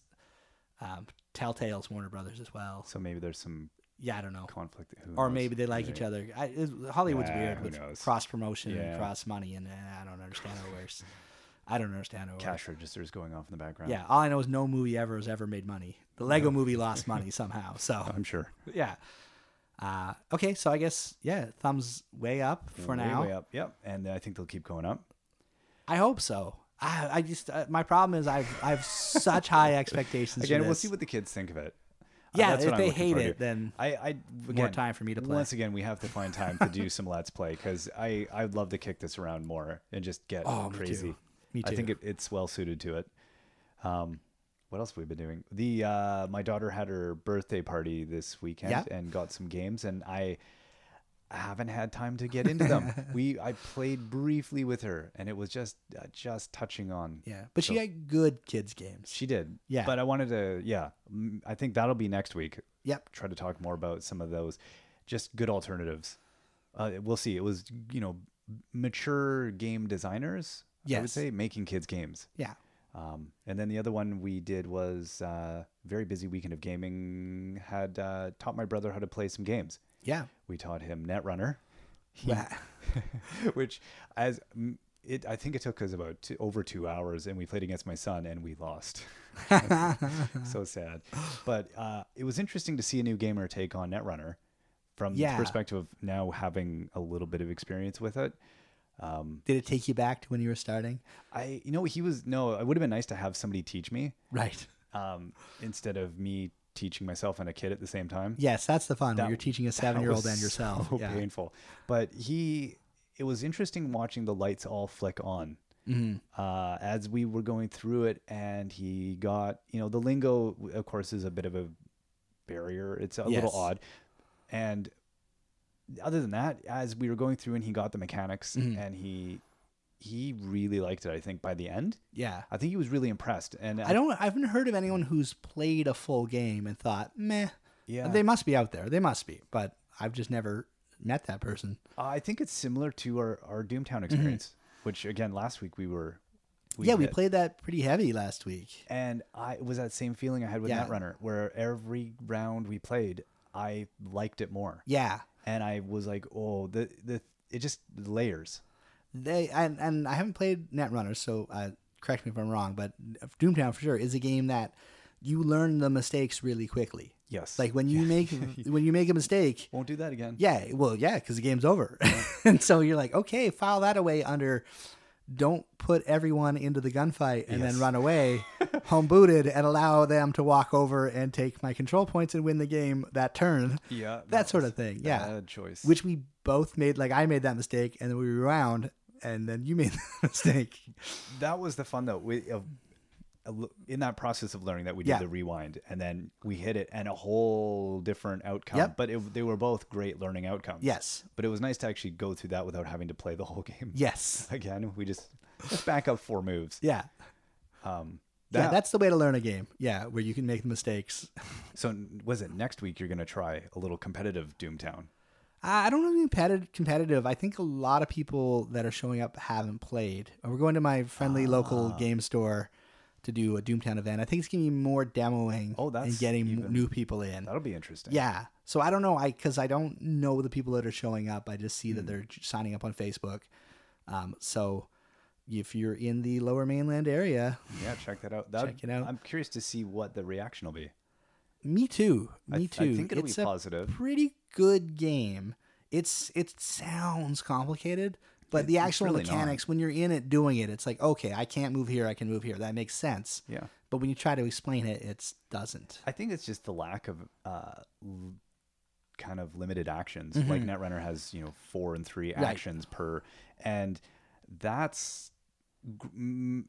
Speaker 1: um telltale's warner brothers as well
Speaker 2: So maybe there's some
Speaker 1: yeah i don't know
Speaker 2: conflict. Who
Speaker 1: or
Speaker 2: knows?
Speaker 1: maybe they like
Speaker 2: Right.
Speaker 1: each other. I, it, Hollywood's
Speaker 2: Yeah,
Speaker 1: weird
Speaker 2: who
Speaker 1: with
Speaker 2: knows?
Speaker 1: cross promotion
Speaker 2: Yeah.
Speaker 1: and cross money, and uh, I don't understand how it works. I don't understand how it works.
Speaker 2: Cash registers going off in the background.
Speaker 1: Yeah, all I know is no movie ever has ever made money. The Lego Movie lost money somehow. So
Speaker 2: I'm sure.
Speaker 1: yeah. Uh, okay, so I guess yeah, thumbs way up for
Speaker 2: Way,
Speaker 1: now.
Speaker 2: way up. Yep. And I think they'll keep going up.
Speaker 1: I hope so. I, I just uh, my problem is I've I've such high expectations.
Speaker 2: Again,
Speaker 1: for
Speaker 2: we'll
Speaker 1: this.
Speaker 2: see what the kids think of it. Uh,
Speaker 1: Yeah,
Speaker 2: that's
Speaker 1: if
Speaker 2: what I'm
Speaker 1: they
Speaker 2: looking
Speaker 1: hate
Speaker 2: forward
Speaker 1: it,
Speaker 2: to.
Speaker 1: then
Speaker 2: I, I again,
Speaker 1: more time for me to play.
Speaker 2: Once again, we have to find time to do some let's play because I I would love to kick this around more and just get
Speaker 1: Oh, me
Speaker 2: crazy.
Speaker 1: too. Me
Speaker 2: I think
Speaker 1: too.
Speaker 2: it, it's well suited to it. Um, what else have we been doing? The uh, my daughter had her birthday party this weekend
Speaker 1: Yeah.
Speaker 2: and got some games, and I haven't had time to get into them. we I played briefly with her, and it was just uh, just touching on.
Speaker 1: yeah, but she got good kids games.
Speaker 2: She did.
Speaker 1: Yeah.
Speaker 2: But I wanted to. Yeah. mm, I think that'll be next week
Speaker 1: Yep,
Speaker 2: try to talk more about some of those just good alternatives. Uh, we'll see. It was, you know, mature game designers, I would
Speaker 1: Yes.
Speaker 2: say, making kids games.
Speaker 1: yeah,
Speaker 2: Um, and then the other one we did was uh, very busy weekend of gaming, had uh, taught my brother how to play some games.
Speaker 1: yeah.
Speaker 2: We taught him Netrunner,
Speaker 1: yeah.
Speaker 2: which as mm, it, I think it took us about two, over two hours and we played against my son and we lost. so sad. But uh, it was interesting to see a new gamer take on Netrunner from
Speaker 1: Yeah.
Speaker 2: the perspective of now having a little bit of experience with it.
Speaker 1: Did it take you back to when you were starting?
Speaker 2: I, you know, he was no. It would have been nice to have somebody teach me
Speaker 1: Right.
Speaker 2: um, instead of me teaching myself and a kid at the same time.
Speaker 1: Yes, that's the fun.
Speaker 2: That-
Speaker 1: when you're teaching a
Speaker 2: that
Speaker 1: seven-year-old
Speaker 2: was
Speaker 1: and yourself.
Speaker 2: So
Speaker 1: yeah.
Speaker 2: painful. But he, it was interesting watching the lights all flick on
Speaker 1: Mm-hmm.
Speaker 2: uh, as we were going through it, and he got you know the lingo, of course, is a bit of a barrier. It's a
Speaker 1: Yes.
Speaker 2: little odd, and other than that, as we were going through and he got the mechanics,
Speaker 1: Mm-hmm.
Speaker 2: and he he really liked it. I think by the end,
Speaker 1: Yeah.
Speaker 2: I think he was really impressed. And
Speaker 1: I don't. I haven't heard of anyone who's played a full game and thought, meh.
Speaker 2: Yeah.
Speaker 1: They must be out there. They must be. But I've just never met that person.
Speaker 2: I think it's similar to our our Doomtown experience, which again last week we were.
Speaker 1: Mm-hmm. yeah, we
Speaker 2: hit.
Speaker 1: played that pretty heavy last week.
Speaker 2: And I it was that same feeling I had with
Speaker 1: Yeah.
Speaker 2: Netrunner, where every round we played, I liked it more.
Speaker 1: Yeah.
Speaker 2: And I was like, oh, the the it just layers.
Speaker 1: They and and I haven't played Netrunner, so uh, correct me if I'm wrong. But Doomtown for sure is a game that you learn the mistakes really quickly.
Speaker 2: Yes.
Speaker 1: Like when you make when you make a mistake,
Speaker 2: won't do that again.
Speaker 1: Yeah, well, yeah, because the game's over, and so you're like, okay, file that away under. Don't put everyone into the gunfight and
Speaker 2: Yes.
Speaker 1: then run away, home booted, and allow them to walk over and take my control points and win the game that turn.
Speaker 2: Yeah. That,
Speaker 1: sort
Speaker 2: was
Speaker 1: of thing,
Speaker 2: a
Speaker 1: yeah.
Speaker 2: Bad choice.
Speaker 1: Which we both made. Like I made that mistake, and then we rewound, and then you made that mistake.
Speaker 2: that was the fun though. We, of, a l- in that process of learning that we did
Speaker 1: Yeah.
Speaker 2: the rewind and then we hit it and a whole different outcome.
Speaker 1: Yep.
Speaker 2: But it, they were both great learning outcomes.
Speaker 1: Yes,
Speaker 2: But it was nice to actually go through that without having to play the whole game
Speaker 1: yes,
Speaker 2: again. We just let's back up four moves.
Speaker 1: yeah.
Speaker 2: Um,
Speaker 1: yeah, that's the way to learn a game. Yeah, where you can make mistakes.
Speaker 2: So n- was it next week you're going to try a little competitive Doomtown?
Speaker 1: Uh, I don't know if competitive. Competitive. I think a lot of people that are showing up haven't played. And We're going to my friendly
Speaker 2: Ah.
Speaker 1: local game store to do a Doomtown event. I think it's gonna be more demoing.
Speaker 2: Oh, that's
Speaker 1: and getting m new people in.
Speaker 2: That'll be interesting.
Speaker 1: Yeah. So I don't know. I because I don't know the people that are showing up. I just see
Speaker 2: Hmm.
Speaker 1: that they're j- signing up on Facebook. Um, so if you're in the Lower Mainland area,
Speaker 2: Yeah, check that out. That,
Speaker 1: Check it out.
Speaker 2: I'm curious to see what the reaction will be.
Speaker 1: me too.
Speaker 2: I
Speaker 1: Me
Speaker 2: th- I
Speaker 1: too.
Speaker 2: think it'll be
Speaker 1: It's a
Speaker 2: positive.
Speaker 1: Pretty good game. It's it sounds complicated, but the actual
Speaker 2: really not.
Speaker 1: mechanics when you're in it doing it, it's like okay, I can't move here, I can move here. That makes sense.
Speaker 2: Yeah.
Speaker 1: But when you try to explain it, it doesn't.
Speaker 2: I think it's just the lack of uh, l- kind of limited actions. Like
Speaker 1: Mm-hmm.
Speaker 2: Netrunner has, you know, four and three actions per, and that's
Speaker 1: Mm-hmm.
Speaker 2: g-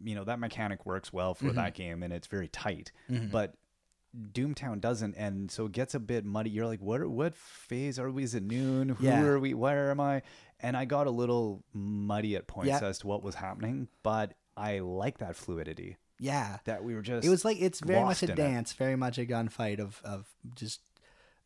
Speaker 2: mm, you know that mechanic works well for that game, and it's very tight. But Doomtown doesn't, and so it gets a bit muddy. You're like, what? What phase are we? Is it noon? Who
Speaker 1: Yeah.
Speaker 2: are we? Where am I? And I got a little muddy at points
Speaker 1: Yeah.
Speaker 2: as to what was happening, but I like that fluidity
Speaker 1: Yeah.
Speaker 2: that we were just.
Speaker 1: It was like it's very
Speaker 2: lost
Speaker 1: much a
Speaker 2: in it.
Speaker 1: dance, very much a gunfight of of just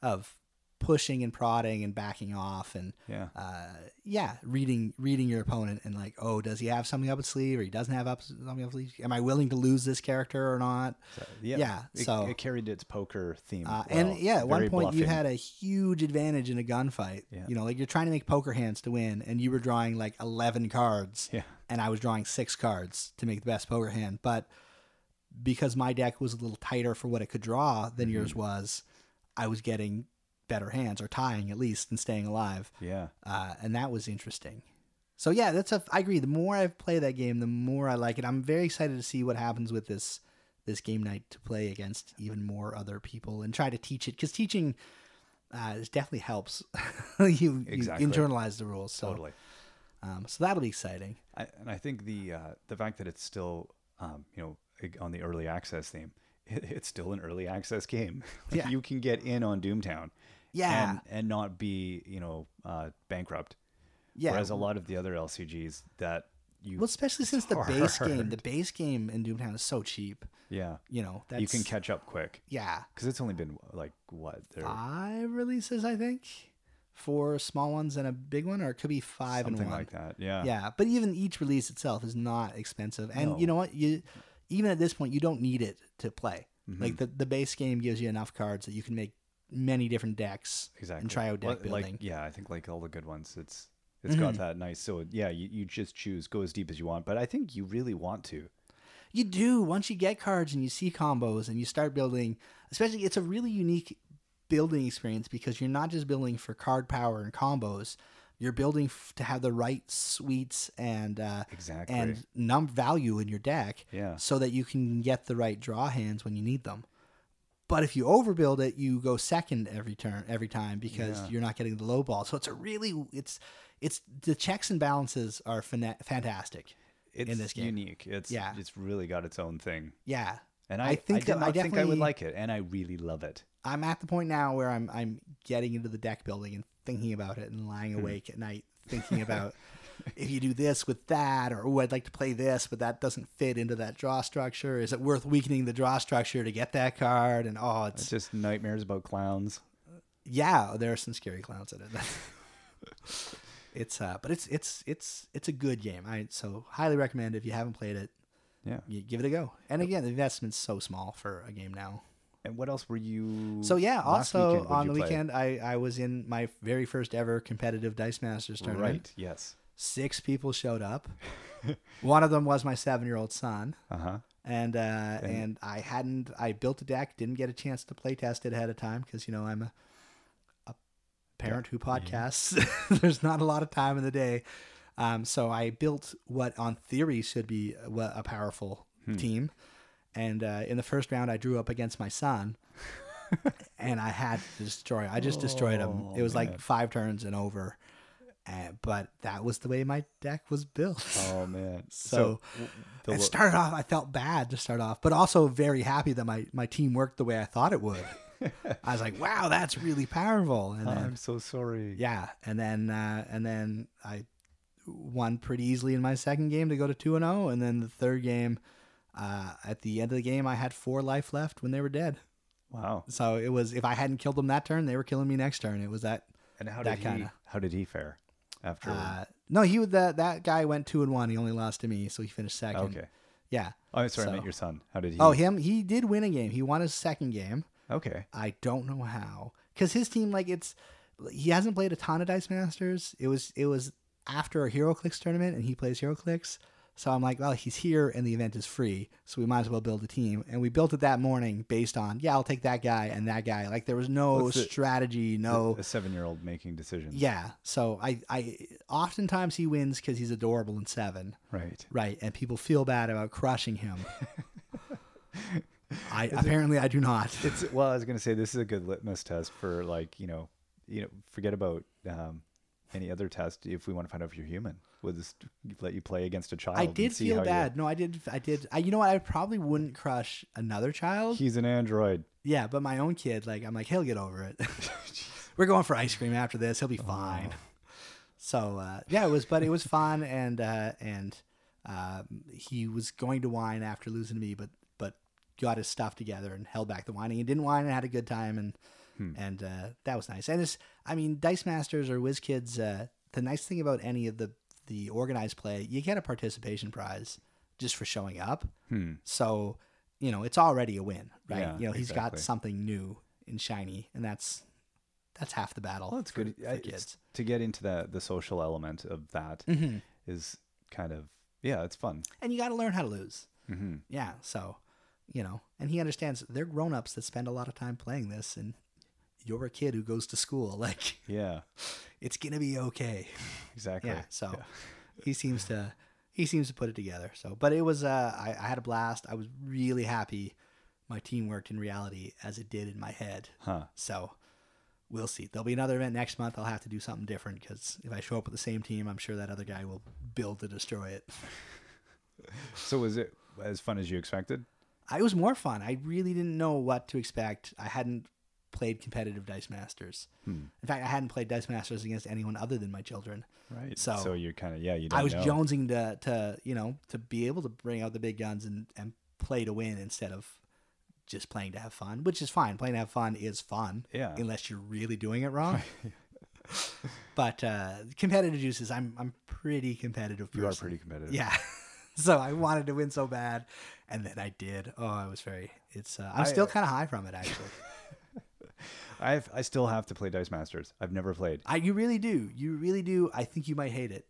Speaker 1: of pushing and prodding and backing off and
Speaker 2: yeah,
Speaker 1: uh, yeah, reading reading your opponent and like, oh, does he have something up his sleeve or he doesn't have up something up his sleeve? Am I willing to lose this character or not?
Speaker 2: So, yeah.
Speaker 1: yeah,
Speaker 2: It,
Speaker 1: so-
Speaker 2: it carried its poker theme,
Speaker 1: Uh,
Speaker 2: well.
Speaker 1: and yeah, at one
Speaker 2: Very
Speaker 1: point you
Speaker 2: bluffing.
Speaker 1: had a huge advantage in a gunfight.
Speaker 2: Yeah.
Speaker 1: You know, like you're trying to make poker hands to win, and you were drawing like eleven cards,
Speaker 2: Yeah.
Speaker 1: and I was drawing six cards to make the best poker hand. But because my deck was a little tighter for what it could draw than
Speaker 2: Mm-hmm.
Speaker 1: yours was, I was getting better hands or tying at least and staying alive
Speaker 2: Yeah,
Speaker 1: uh, and that was interesting. So yeah, that's a. I agree. The more I've played that game, the more I like it. I'm very excited to see what happens with this this game night to play against even more other people and try to teach it because teaching uh, is definitely helps you,
Speaker 2: Exactly.
Speaker 1: you internalize the rules. So
Speaker 2: totally.
Speaker 1: um, so that'll be exciting.
Speaker 2: I, and I think the uh, the fact that it's still um, you know ig- on the early access theme, it, it's still an early access game. Like,
Speaker 1: Yeah.
Speaker 2: you can get in on Doomtown.
Speaker 1: Yeah.
Speaker 2: and, and not be you know uh, bankrupt.
Speaker 1: Yeah.
Speaker 2: Whereas a lot of the other LCGs that you
Speaker 1: well, especially since the base game,
Speaker 2: hard.
Speaker 1: the base game in Doomtown is so cheap.
Speaker 2: yeah
Speaker 1: You know, that's
Speaker 2: you can catch up quick
Speaker 1: yeah
Speaker 2: because it's only been like what there
Speaker 1: five releases I think, four small ones and a big one, or it could be five
Speaker 2: something
Speaker 1: and one.
Speaker 2: like that. Yeah.
Speaker 1: yeah but even each release itself is not expensive and you know what you even at this point you don't need it to play
Speaker 2: Mm-hmm.
Speaker 1: like the, the base game gives you enough cards that you can make many different decks
Speaker 2: Exactly.
Speaker 1: and try out deck
Speaker 2: Well,
Speaker 1: building Mm-hmm.
Speaker 2: Like, yeah, I think like all the good ones, it's it's got that nice. So yeah, you, you just choose, go as deep as you want. But I think you really want to.
Speaker 1: you do once you get cards and you see combos and you start building especially it's a really unique building experience because you're not just building for card power and combos you're building f- to have the right suites and uh,
Speaker 2: Exactly.
Speaker 1: and num value in your deck
Speaker 2: Yeah.
Speaker 1: so that you can get the right draw hands when you need them. But if you overbuild it, you go second every turn every time because
Speaker 2: Yeah.
Speaker 1: you're not getting the low ball. So it's a really it's it's the checks and balances are fana- fantastic.
Speaker 2: it's
Speaker 1: this game.
Speaker 2: unique. It's
Speaker 1: Yeah.
Speaker 2: it's really got its own thing.
Speaker 1: Yeah.
Speaker 2: And
Speaker 1: I
Speaker 2: I,
Speaker 1: think
Speaker 2: I,
Speaker 1: that
Speaker 2: do-
Speaker 1: I
Speaker 2: I think I
Speaker 1: definitely-
Speaker 2: would like it, and I really love it.
Speaker 1: I'm at the point now where I'm I'm getting into the deck building and thinking about it and lying awake at night thinking about if you do this with that or oh I'd like to play this but that doesn't fit into that draw structure. Is it worth weakening the draw structure to get that card? And oh, it's
Speaker 2: It's just nightmares about clowns.
Speaker 1: yeah, there are some scary clowns in it. it's uh, but it's it's it's it's a good game. I so highly recommend if you haven't played it,
Speaker 2: Yeah.
Speaker 1: you give it a go. And again, the investment's so small for a game now.
Speaker 2: And what else were you?
Speaker 1: So yeah,
Speaker 2: last
Speaker 1: also
Speaker 2: weekend, what'd
Speaker 1: on
Speaker 2: you
Speaker 1: the
Speaker 2: play?
Speaker 1: weekend, I I was in my very first ever competitive Dice Masters tournament.
Speaker 2: Right. Yes.
Speaker 1: Six people showed up. One of them was my seven year old son.
Speaker 2: Uh huh.
Speaker 1: And uh, and I hadn't I built a deck, didn't get a chance to play test it ahead of time because you know I'm a, a parent who podcasts. There's not a lot of time in the day, um, so I built what on theory should be a, a powerful team. And uh, in the first round, I drew up against my son, and I had to destroy. I just destroyed him. It was like five turns and over. Uh, but that was the way my deck was built.
Speaker 2: Oh man.
Speaker 1: So,
Speaker 2: the
Speaker 1: it
Speaker 2: lo-
Speaker 1: started off, I felt bad to start off, but also very happy that my, my team worked the way I thought it would. I was like, wow, that's really powerful. And then,
Speaker 2: I'm so sorry.
Speaker 1: yeah. And then, uh, and then I won pretty easily in my second game to go to 2 and 0. And then the third game, uh, at the end of the game, I had four life left when they were dead.
Speaker 2: Wow.
Speaker 1: So it was, if I hadn't killed them that turn, they were killing me next turn. It was that.
Speaker 2: And how
Speaker 1: That
Speaker 2: did he?
Speaker 1: kinda.
Speaker 2: How did he fare? After.
Speaker 1: Uh, no, he would, that, that guy went 2 and 1. He only lost to me. So he finished second.
Speaker 2: okay.
Speaker 1: Yeah.
Speaker 2: Oh, I'm sorry. I
Speaker 1: so-
Speaker 2: meant your son. How did he?
Speaker 1: Oh, him. He did win a game. He won his second game.
Speaker 2: Okay.
Speaker 1: I don't know how because his team like it's he hasn't played a ton of Dice Masters. It was it was after a HeroClix tournament and he plays HeroClix. So I'm like, well, he's here and the event is free, so we might as well build a team. And we built it that morning based on yeah, I'll take that guy and that guy. Like there was no
Speaker 2: What's the-
Speaker 1: strategy, no
Speaker 2: A seven-year-old making decisions.
Speaker 1: Oh. yeah. So I I oftentimes he wins because he's adorable in seven.
Speaker 2: Right.
Speaker 1: Right, and people feel bad about crushing him. I apparently I do not.
Speaker 2: It's well, I was gonna say this is a good litmus test for like you know, you know, forget about um, any other test if we want to find out if you're human. We'll just let you play against a child.
Speaker 1: I
Speaker 2: and
Speaker 1: did
Speaker 2: Um, see
Speaker 1: feel
Speaker 2: how you-
Speaker 1: bad. No, I did. I did. I, you know what? I probably wouldn't crush another child.
Speaker 2: He's an android.
Speaker 1: Yeah, but my own kid, like, I'm like, he'll get over it. We're going for ice cream after this. He'll
Speaker 2: Oh,
Speaker 1: be fine. So uh, yeah, it was, but it was fun, and uh, and um, he was going to whine after losing to me, but but got his stuff together and held back the whining and didn't whine and had a good time, and
Speaker 2: Hmm.
Speaker 1: and uh, that was nice. And it's, I mean, Dice Masters or Whiz Kids. Uh, the nice thing about any of the the organized play, you get a participation prize just for showing up. So you know, it's already a win, right?
Speaker 2: Hmm. Yeah,
Speaker 1: you know, he's
Speaker 2: exactly.
Speaker 1: got something new and shiny, and that's Oh, that's half the battle.
Speaker 2: Well, it's
Speaker 1: for-
Speaker 2: good
Speaker 1: for
Speaker 2: I- it's-
Speaker 1: kids. Mm-hmm.
Speaker 2: to get into the the social element of that
Speaker 1: Mm.
Speaker 2: is kind of yeah, it's fun.
Speaker 1: and you got to learn how to lose. Yeah, so you know, and he understands they're grown ups that spend a lot of time playing this, and you're a kid who goes to school. Like
Speaker 2: Yeah,
Speaker 1: it's gonna be okay.
Speaker 2: exactly.
Speaker 1: Yeah, so he seems to he seems to put it together. So, but it was uh, I, I had a blast. I was really happy. My team worked in reality as it did in my head.
Speaker 2: Huh.
Speaker 1: So we'll see. There'll be another event next month. I'll have to do something different because if I show up with the same team, I'm sure that other guy will build to destroy it.
Speaker 2: So was it as fun as you expected?
Speaker 1: I, it was more fun. I really didn't know what to expect. I hadn't played competitive Dice Masters.
Speaker 2: Hmm.
Speaker 1: In fact, I hadn't played Dice Masters against anyone other than my children.
Speaker 2: Right.
Speaker 1: So-
Speaker 2: so you're kind of yeah, you. Don't
Speaker 1: I was
Speaker 2: know.
Speaker 1: jonesing to, to you know to be able to bring out the big guns and, and play to win instead of just playing to have fun, which is fine. Playing to have fun is fun,
Speaker 2: Yeah.
Speaker 1: unless you're really doing it wrong. but uh, competitive juices, I'm I'm pretty competitive. Person.
Speaker 2: You are pretty competitive.
Speaker 1: yeah. so I wanted to win so bad, and then I did. Oh, I was very. It's uh, I'm still kind of high from it actually.
Speaker 2: I've I still have to play Dice Masters. I've never played.
Speaker 1: I you really do. You really do. I think you might hate it.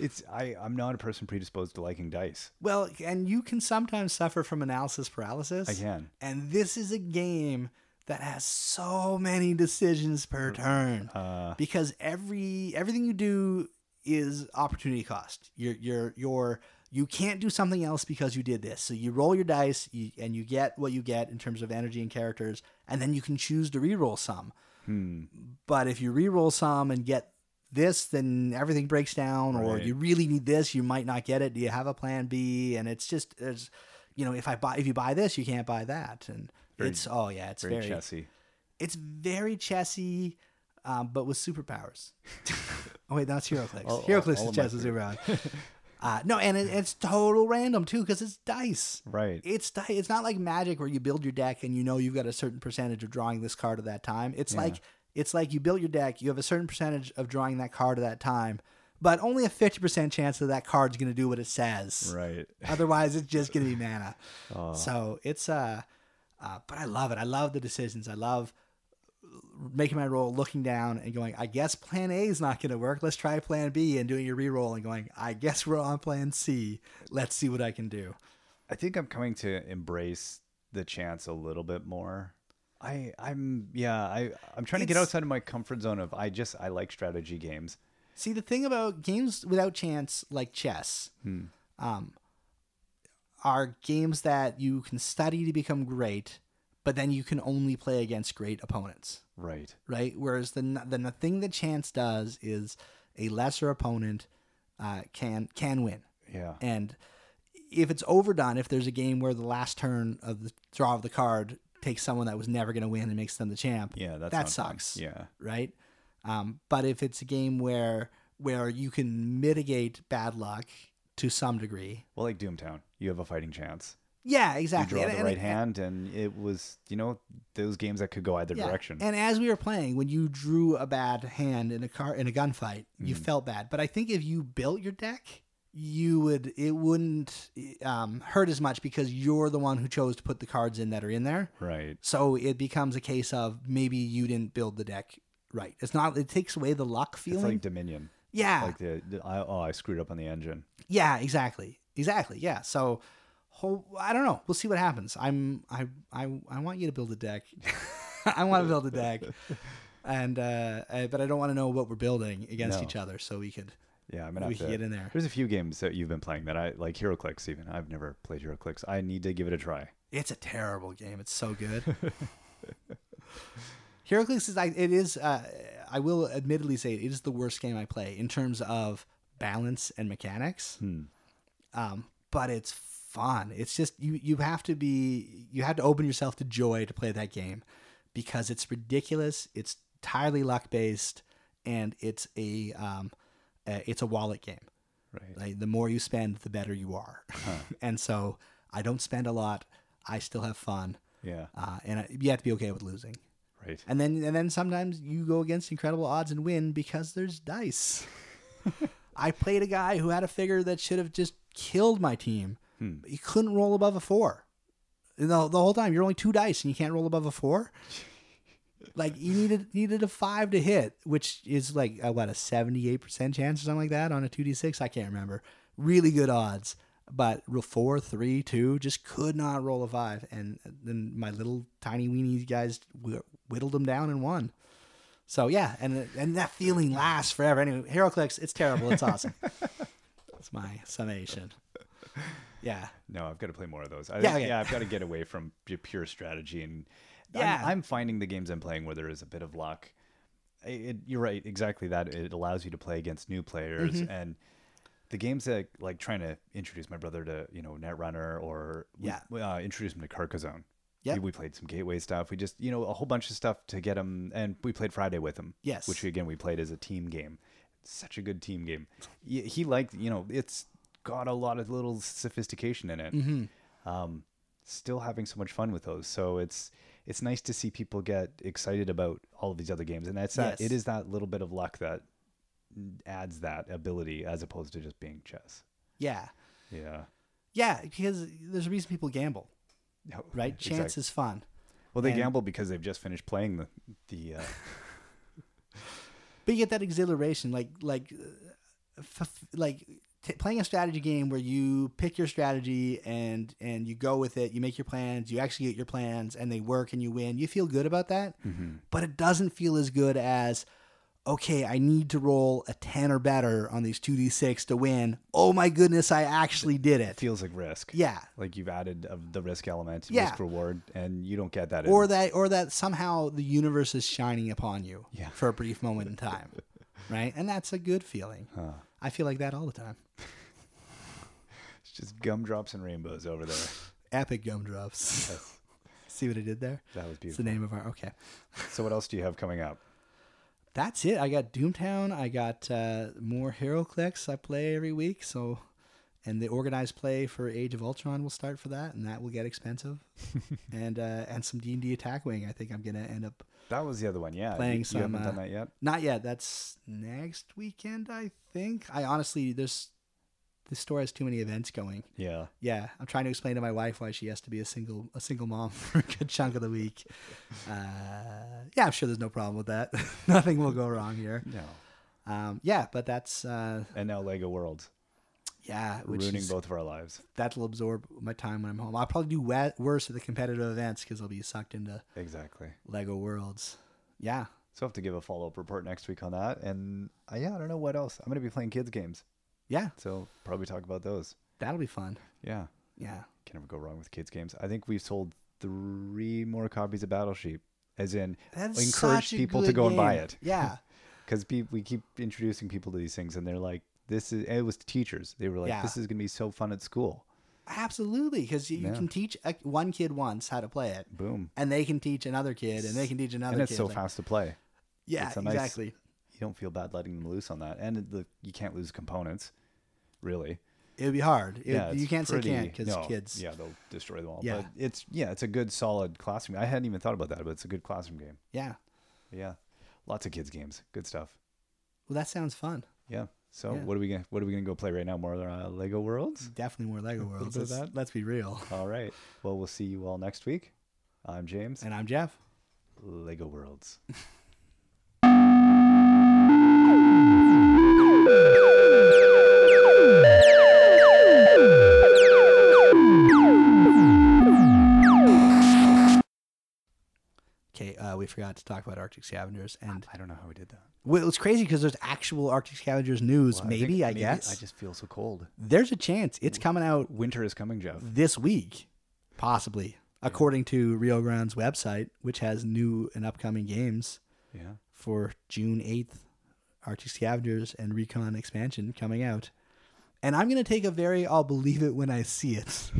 Speaker 2: It's I I'm not a person predisposed to liking dice.
Speaker 1: Well, and you can sometimes suffer from analysis paralysis.
Speaker 2: I can.
Speaker 1: And this is a game that has so many decisions
Speaker 2: Mm.
Speaker 1: per turn
Speaker 2: Uh,
Speaker 1: because every everything you do is opportunity cost. You're you're you're you can't do something else because you did this. So you roll your dice you, and you get what you get in terms of energy and characters, and then you can choose to re-roll some.
Speaker 2: hmm,
Speaker 1: But if you re-roll some and get this, then everything breaks down. Or
Speaker 2: Right.
Speaker 1: you really need this, you might not get it. Do you have a plan B? And it's just there's, you know, if I buy if you buy this, you can't buy that. And it's oh yeah, it's
Speaker 2: very,
Speaker 1: very
Speaker 2: chessy.
Speaker 1: it's very chessy, um, but with superpowers. oh wait, that's HeroClix.
Speaker 2: All- all-
Speaker 1: HeroClix is
Speaker 2: all of my
Speaker 1: chess with superpowers. Uh, no, and it, it's total random too because it's dice.
Speaker 2: Right.
Speaker 1: It's di- it's not like Magic where you build your deck and you know you've got a certain percentage of drawing this card at that time. It's like it's like you build your deck, you have a certain percentage of drawing that card at that time, but only a fifty percent chance that that card's going to do what it says.
Speaker 2: right.
Speaker 1: Otherwise, it's just gonna be mana. So it's uh, uh, but I love it. I love the decisions. I love making my roll, looking down, and going. I guess Plan A is not gonna work. Let's try Plan B, and doing your re-roll and going. I guess we're on Plan C. Let's see what I can do.
Speaker 2: I think I'm coming to embrace the chance a little bit more. I I'm yeah I I'm trying to get
Speaker 1: It's-
Speaker 2: outside of my comfort zone of I just I like strategy games.
Speaker 1: See, the thing about games without chance, like chess, um, are games that you can study to become great, but then you can only play against great opponents.
Speaker 2: Right.
Speaker 1: right? Whereas the n- the n- thing that chance does is a lesser opponent uh, can can win,
Speaker 2: Yeah.
Speaker 1: and if it's overdone, if there's a game where the last turn of the draw of the card takes someone that was never going to win and makes them the champ,
Speaker 2: yeah.
Speaker 1: that
Speaker 2: That's not fun.
Speaker 1: sucks,
Speaker 2: Yeah.
Speaker 1: right? Um, but if it's a game where where you can mitigate bad luck to some degree,
Speaker 2: Well, like Doomtown, you have a fighting chance.
Speaker 1: yeah,
Speaker 2: You
Speaker 1: exactly.
Speaker 2: draw
Speaker 1: And-
Speaker 2: the
Speaker 1: and-
Speaker 2: right hand, and it was you know those games that could go either
Speaker 1: Yeah.
Speaker 2: direction.
Speaker 1: And as we were playing, when you drew a bad hand in a car in a gunfight,
Speaker 2: Mm.
Speaker 1: you felt bad. But I think if you built your deck, you would it wouldn't um, hurt as much because you're the one who chose to put the cards in that are in there.
Speaker 2: right.
Speaker 1: So it becomes a case of maybe you didn't build the deck right. It's not. It takes away the luck
Speaker 2: It's
Speaker 1: feeling.
Speaker 2: like Dominion.
Speaker 1: yeah.
Speaker 2: Like the, the I, oh I screwed up on the engine.
Speaker 1: yeah. Exactly. Exactly. Yeah. So. Whole, I don't know. We'll see what happens. I'm I I, I want you to build a deck. I want to build a deck. and uh, uh, but I don't want to know what we're building against
Speaker 2: No.
Speaker 1: each other, so we could
Speaker 2: Yeah, I'm gonna
Speaker 1: we
Speaker 2: have
Speaker 1: could
Speaker 2: to
Speaker 1: get in there.
Speaker 2: There's a few games that you've been playing that I like HeroClix even. I've never played HeroClix. I need to give it a try.
Speaker 1: It's a terrible game. It's so good. HeroClix is I, it is uh, I will admittedly say it is the worst game I play in terms of balance and mechanics. Um, but it's fun. It's just you you have to be you have to open yourself to joy to play that game because it's ridiculous. It's entirely luck based, and it's a um, uh, it's a wallet game.
Speaker 2: Right.
Speaker 1: Like the more you spend, the better you are. and so I don't spend a lot. I still have fun,
Speaker 2: Yeah.
Speaker 1: uh, and I, you have to be okay with losing.
Speaker 2: Right.
Speaker 1: And then and then sometimes you go against incredible odds and win because there's dice. I played a guy who had a figure that should have just killed my team. But you couldn't roll above a four. You know, the whole time you're only two dice and you can't roll above a four. like you needed needed a five to hit, which is like a, what a seventy eight percent chance or something like that on a two d six. I can't remember. Really good odds, but ro- four, three, two, just could not roll a five. And then my little tiny weenie guys wh- whittled them down and won. So yeah, and and that feeling lasts forever. Anyway, HeroClix, it's terrible. It's awesome. That's my summation. Yeah.
Speaker 2: No, I've got to play more of those. I,
Speaker 1: Yeah,
Speaker 2: yeah,
Speaker 1: okay.
Speaker 2: I've got to get away from pu- pure strategy, and
Speaker 1: Yeah.
Speaker 2: I'm, I'm finding the games I'm playing where there is a bit of luck. I- It, you're right, exactly that. It allows you to play against new players,
Speaker 1: Mm-hmm.
Speaker 2: and the games that like trying to introduce my brother to you know Netrunner or we-
Speaker 1: Yeah.
Speaker 2: we, uh, introduce him to Carcassonne.
Speaker 1: Yep.
Speaker 2: we played some gateway stuff. We just you know a whole bunch of stuff to get him, and we played Friday with him.
Speaker 1: Yes.
Speaker 2: which again we played as a team game. Such a good team game. He, he liked you know it's got a lot of little sophistication in it
Speaker 1: Mm-hmm.
Speaker 2: um, still having so much fun with those. So it's it's nice to see people get excited about all of these other games, and that's that.
Speaker 1: Yes.
Speaker 2: It is that little bit of luck that adds that ability as opposed to just being chess.
Speaker 1: Yeah.
Speaker 2: Yeah,
Speaker 1: Yeah, because there's a reason people gamble,
Speaker 2: No,
Speaker 1: right?
Speaker 2: exact-
Speaker 1: Chance is fun.
Speaker 2: Well, they
Speaker 1: and-
Speaker 2: gamble because they've just finished playing the the. Uh,
Speaker 1: But you get that exhilaration, like like uh, f- f- like t- playing a strategy game where you pick your strategy and and you go with it. You make your plans, you execute your plans, and they work, and you win. You feel good about that, but it doesn't feel as good as. Okay, I need to roll a 10 or better on these 2d6 to win. Oh my goodness, I actually did it.
Speaker 2: feels like risk.
Speaker 1: Yeah.
Speaker 2: Like you've added of the risk element,
Speaker 1: Yeah.
Speaker 2: risk reward, and you don't get that.
Speaker 1: or
Speaker 2: in,
Speaker 1: that or that somehow the universe is shining upon you
Speaker 2: Yeah.
Speaker 1: for a brief moment in time right and that's a good feeling i feel like that all the time
Speaker 2: it's just gumdrops and rainbows over there.
Speaker 1: epic gumdrops see what i did there
Speaker 2: That was
Speaker 1: it's the
Speaker 2: beautiful.
Speaker 1: name of our okay
Speaker 2: So what else do you have coming up?
Speaker 1: that's it i got doomtown i got uh, more hero clicks i play every week so and the organized play for age of ultron will start for that and that will get expensive and uh, and some d&d attack wing i think i'm gonna end up
Speaker 2: That was the other one. Yeah,
Speaker 1: Playing
Speaker 2: you,
Speaker 1: some,
Speaker 2: You haven't
Speaker 1: uh,
Speaker 2: done that yet.
Speaker 1: Not yet. That's next weekend, I think. I honestly, there's the store has too many events going.
Speaker 2: Yeah.
Speaker 1: Yeah, I'm trying to explain to my wife why she has to be a single a single mom for a good chunk of the week. Uh, yeah, I'm sure there's no problem with that. Nothing will go wrong here.
Speaker 2: No.
Speaker 1: Um, yeah, but that's uh,
Speaker 2: And now Lego World,
Speaker 1: yeah, which
Speaker 2: ruining
Speaker 1: is-
Speaker 2: both of our lives.
Speaker 1: that'll absorb my time when I'm home. I'll probably do wa- worse at the competitive events because I'll be sucked into
Speaker 2: Exactly.
Speaker 1: Lego worlds. Yeah,
Speaker 2: So I have to give a follow up report next week on that. And uh, yeah, I don't know what else. I'm going to be playing kids games,
Speaker 1: yeah,
Speaker 2: so probably talk about those.
Speaker 1: that'll be fun.
Speaker 2: Yeah,
Speaker 1: Yeah.
Speaker 2: can never go wrong with kids games. I think we've sold three more copies of Battleship, as in
Speaker 1: That's
Speaker 2: encourage
Speaker 1: such a
Speaker 2: people to
Speaker 1: good
Speaker 2: go and buy
Speaker 1: game.
Speaker 2: it
Speaker 1: Yeah.
Speaker 2: because pe- we keep introducing people to these things, and they're like, "This is." and It was teachers. They were like,
Speaker 1: Yeah.
Speaker 2: "This is going to be so fun at school."
Speaker 1: Absolutely, because you, you
Speaker 2: Yeah.
Speaker 1: can teach a, one kid once how to play it,
Speaker 2: Boom,
Speaker 1: and they can teach another kid, and they can teach another
Speaker 2: and it's
Speaker 1: kid.
Speaker 2: so
Speaker 1: like-
Speaker 2: fast to play.
Speaker 1: Yeah,
Speaker 2: it's a nice-
Speaker 1: exactly.
Speaker 2: You don't feel bad letting them loose on that, and the, you can't lose components, really.
Speaker 1: It would be hard. It-
Speaker 2: yeah,
Speaker 1: you
Speaker 2: it's
Speaker 1: can't
Speaker 2: pretty-
Speaker 1: say can't because
Speaker 2: no,
Speaker 1: kids.
Speaker 2: Yeah, they'll destroy them all.
Speaker 1: Yeah.
Speaker 2: But it's yeah, it's a good solid classroom. I hadn't even thought about that, but it's a good classroom game.
Speaker 1: Yeah.
Speaker 2: Yeah, lots of kids games, good stuff.
Speaker 1: Well, that sounds fun.
Speaker 2: Yeah. So
Speaker 1: Yeah.
Speaker 2: what are we gonna what are we gonna go play right now? More uh, Lego Worlds.
Speaker 1: Definitely more Lego worlds.
Speaker 2: bit of
Speaker 1: Let's, let's be real.
Speaker 2: All right. Well, we'll see you all next week. I'm James.
Speaker 1: And I'm Jeff.
Speaker 2: Lego Worlds.
Speaker 1: Okay, uh, we forgot to talk about Arctic Scavengers, and
Speaker 2: I don't know how we did that.
Speaker 1: well, it's crazy because there's actual Arctic Scavengers news.
Speaker 2: Well,
Speaker 1: maybe,
Speaker 2: think-
Speaker 1: I guess.
Speaker 2: I just feel so cold.
Speaker 1: There's a chance it's coming out
Speaker 2: Winter is coming, Jeff.
Speaker 1: this week, possibly, according to Rio Grande's website, which has new and upcoming games
Speaker 2: Yeah.
Speaker 1: for June 8th. Arctic Scavengers and Recon Expansion coming out. And I'm going to take a very I'll believe it when I see it.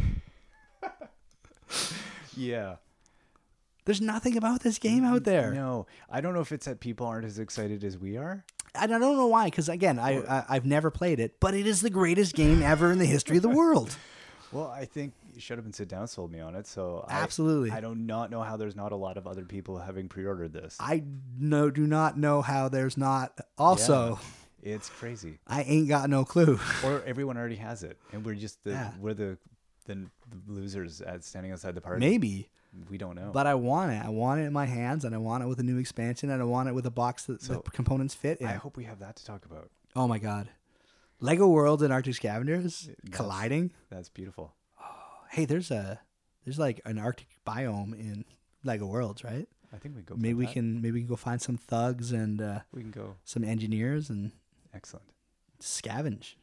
Speaker 2: Yeah.
Speaker 1: There's nothing about this game out there.
Speaker 2: No, I don't know if it's that people aren't as excited as we are.
Speaker 1: And I don't know why, because again, I, I, I've never played it, but it is the greatest game ever in the history of the world.
Speaker 2: Well, I think Shut Up and Sit Down sold me on it. So I-
Speaker 1: Absolutely.
Speaker 2: I do not know how there's not a lot of other people having pre-ordered this.
Speaker 1: I no, do not know how there's not. Also,
Speaker 2: It's crazy.
Speaker 1: I ain't got no clue.
Speaker 2: Or everyone already has it, and we're just the
Speaker 1: Yeah.
Speaker 2: we're the the losers at standing outside the party.
Speaker 1: Maybe,
Speaker 2: We don't know.
Speaker 1: but I want it. I want it in my hands, and I want it with a new expansion, and I want it with a box that
Speaker 2: So,
Speaker 1: the components fit in.
Speaker 2: I hope we have that to talk about.
Speaker 1: oh my god, Lego World and Arctic Scavengers
Speaker 2: That's-
Speaker 1: colliding.
Speaker 2: That's beautiful.
Speaker 1: Hey, there's a there's like an Arctic biome in Lego Worlds, right?
Speaker 2: I think we go.
Speaker 1: Maybe
Speaker 2: for
Speaker 1: we
Speaker 2: that.
Speaker 1: can maybe we can go find some thugs and uh,
Speaker 2: We can go.
Speaker 1: some engineers and
Speaker 2: Excellent.
Speaker 1: scavenge.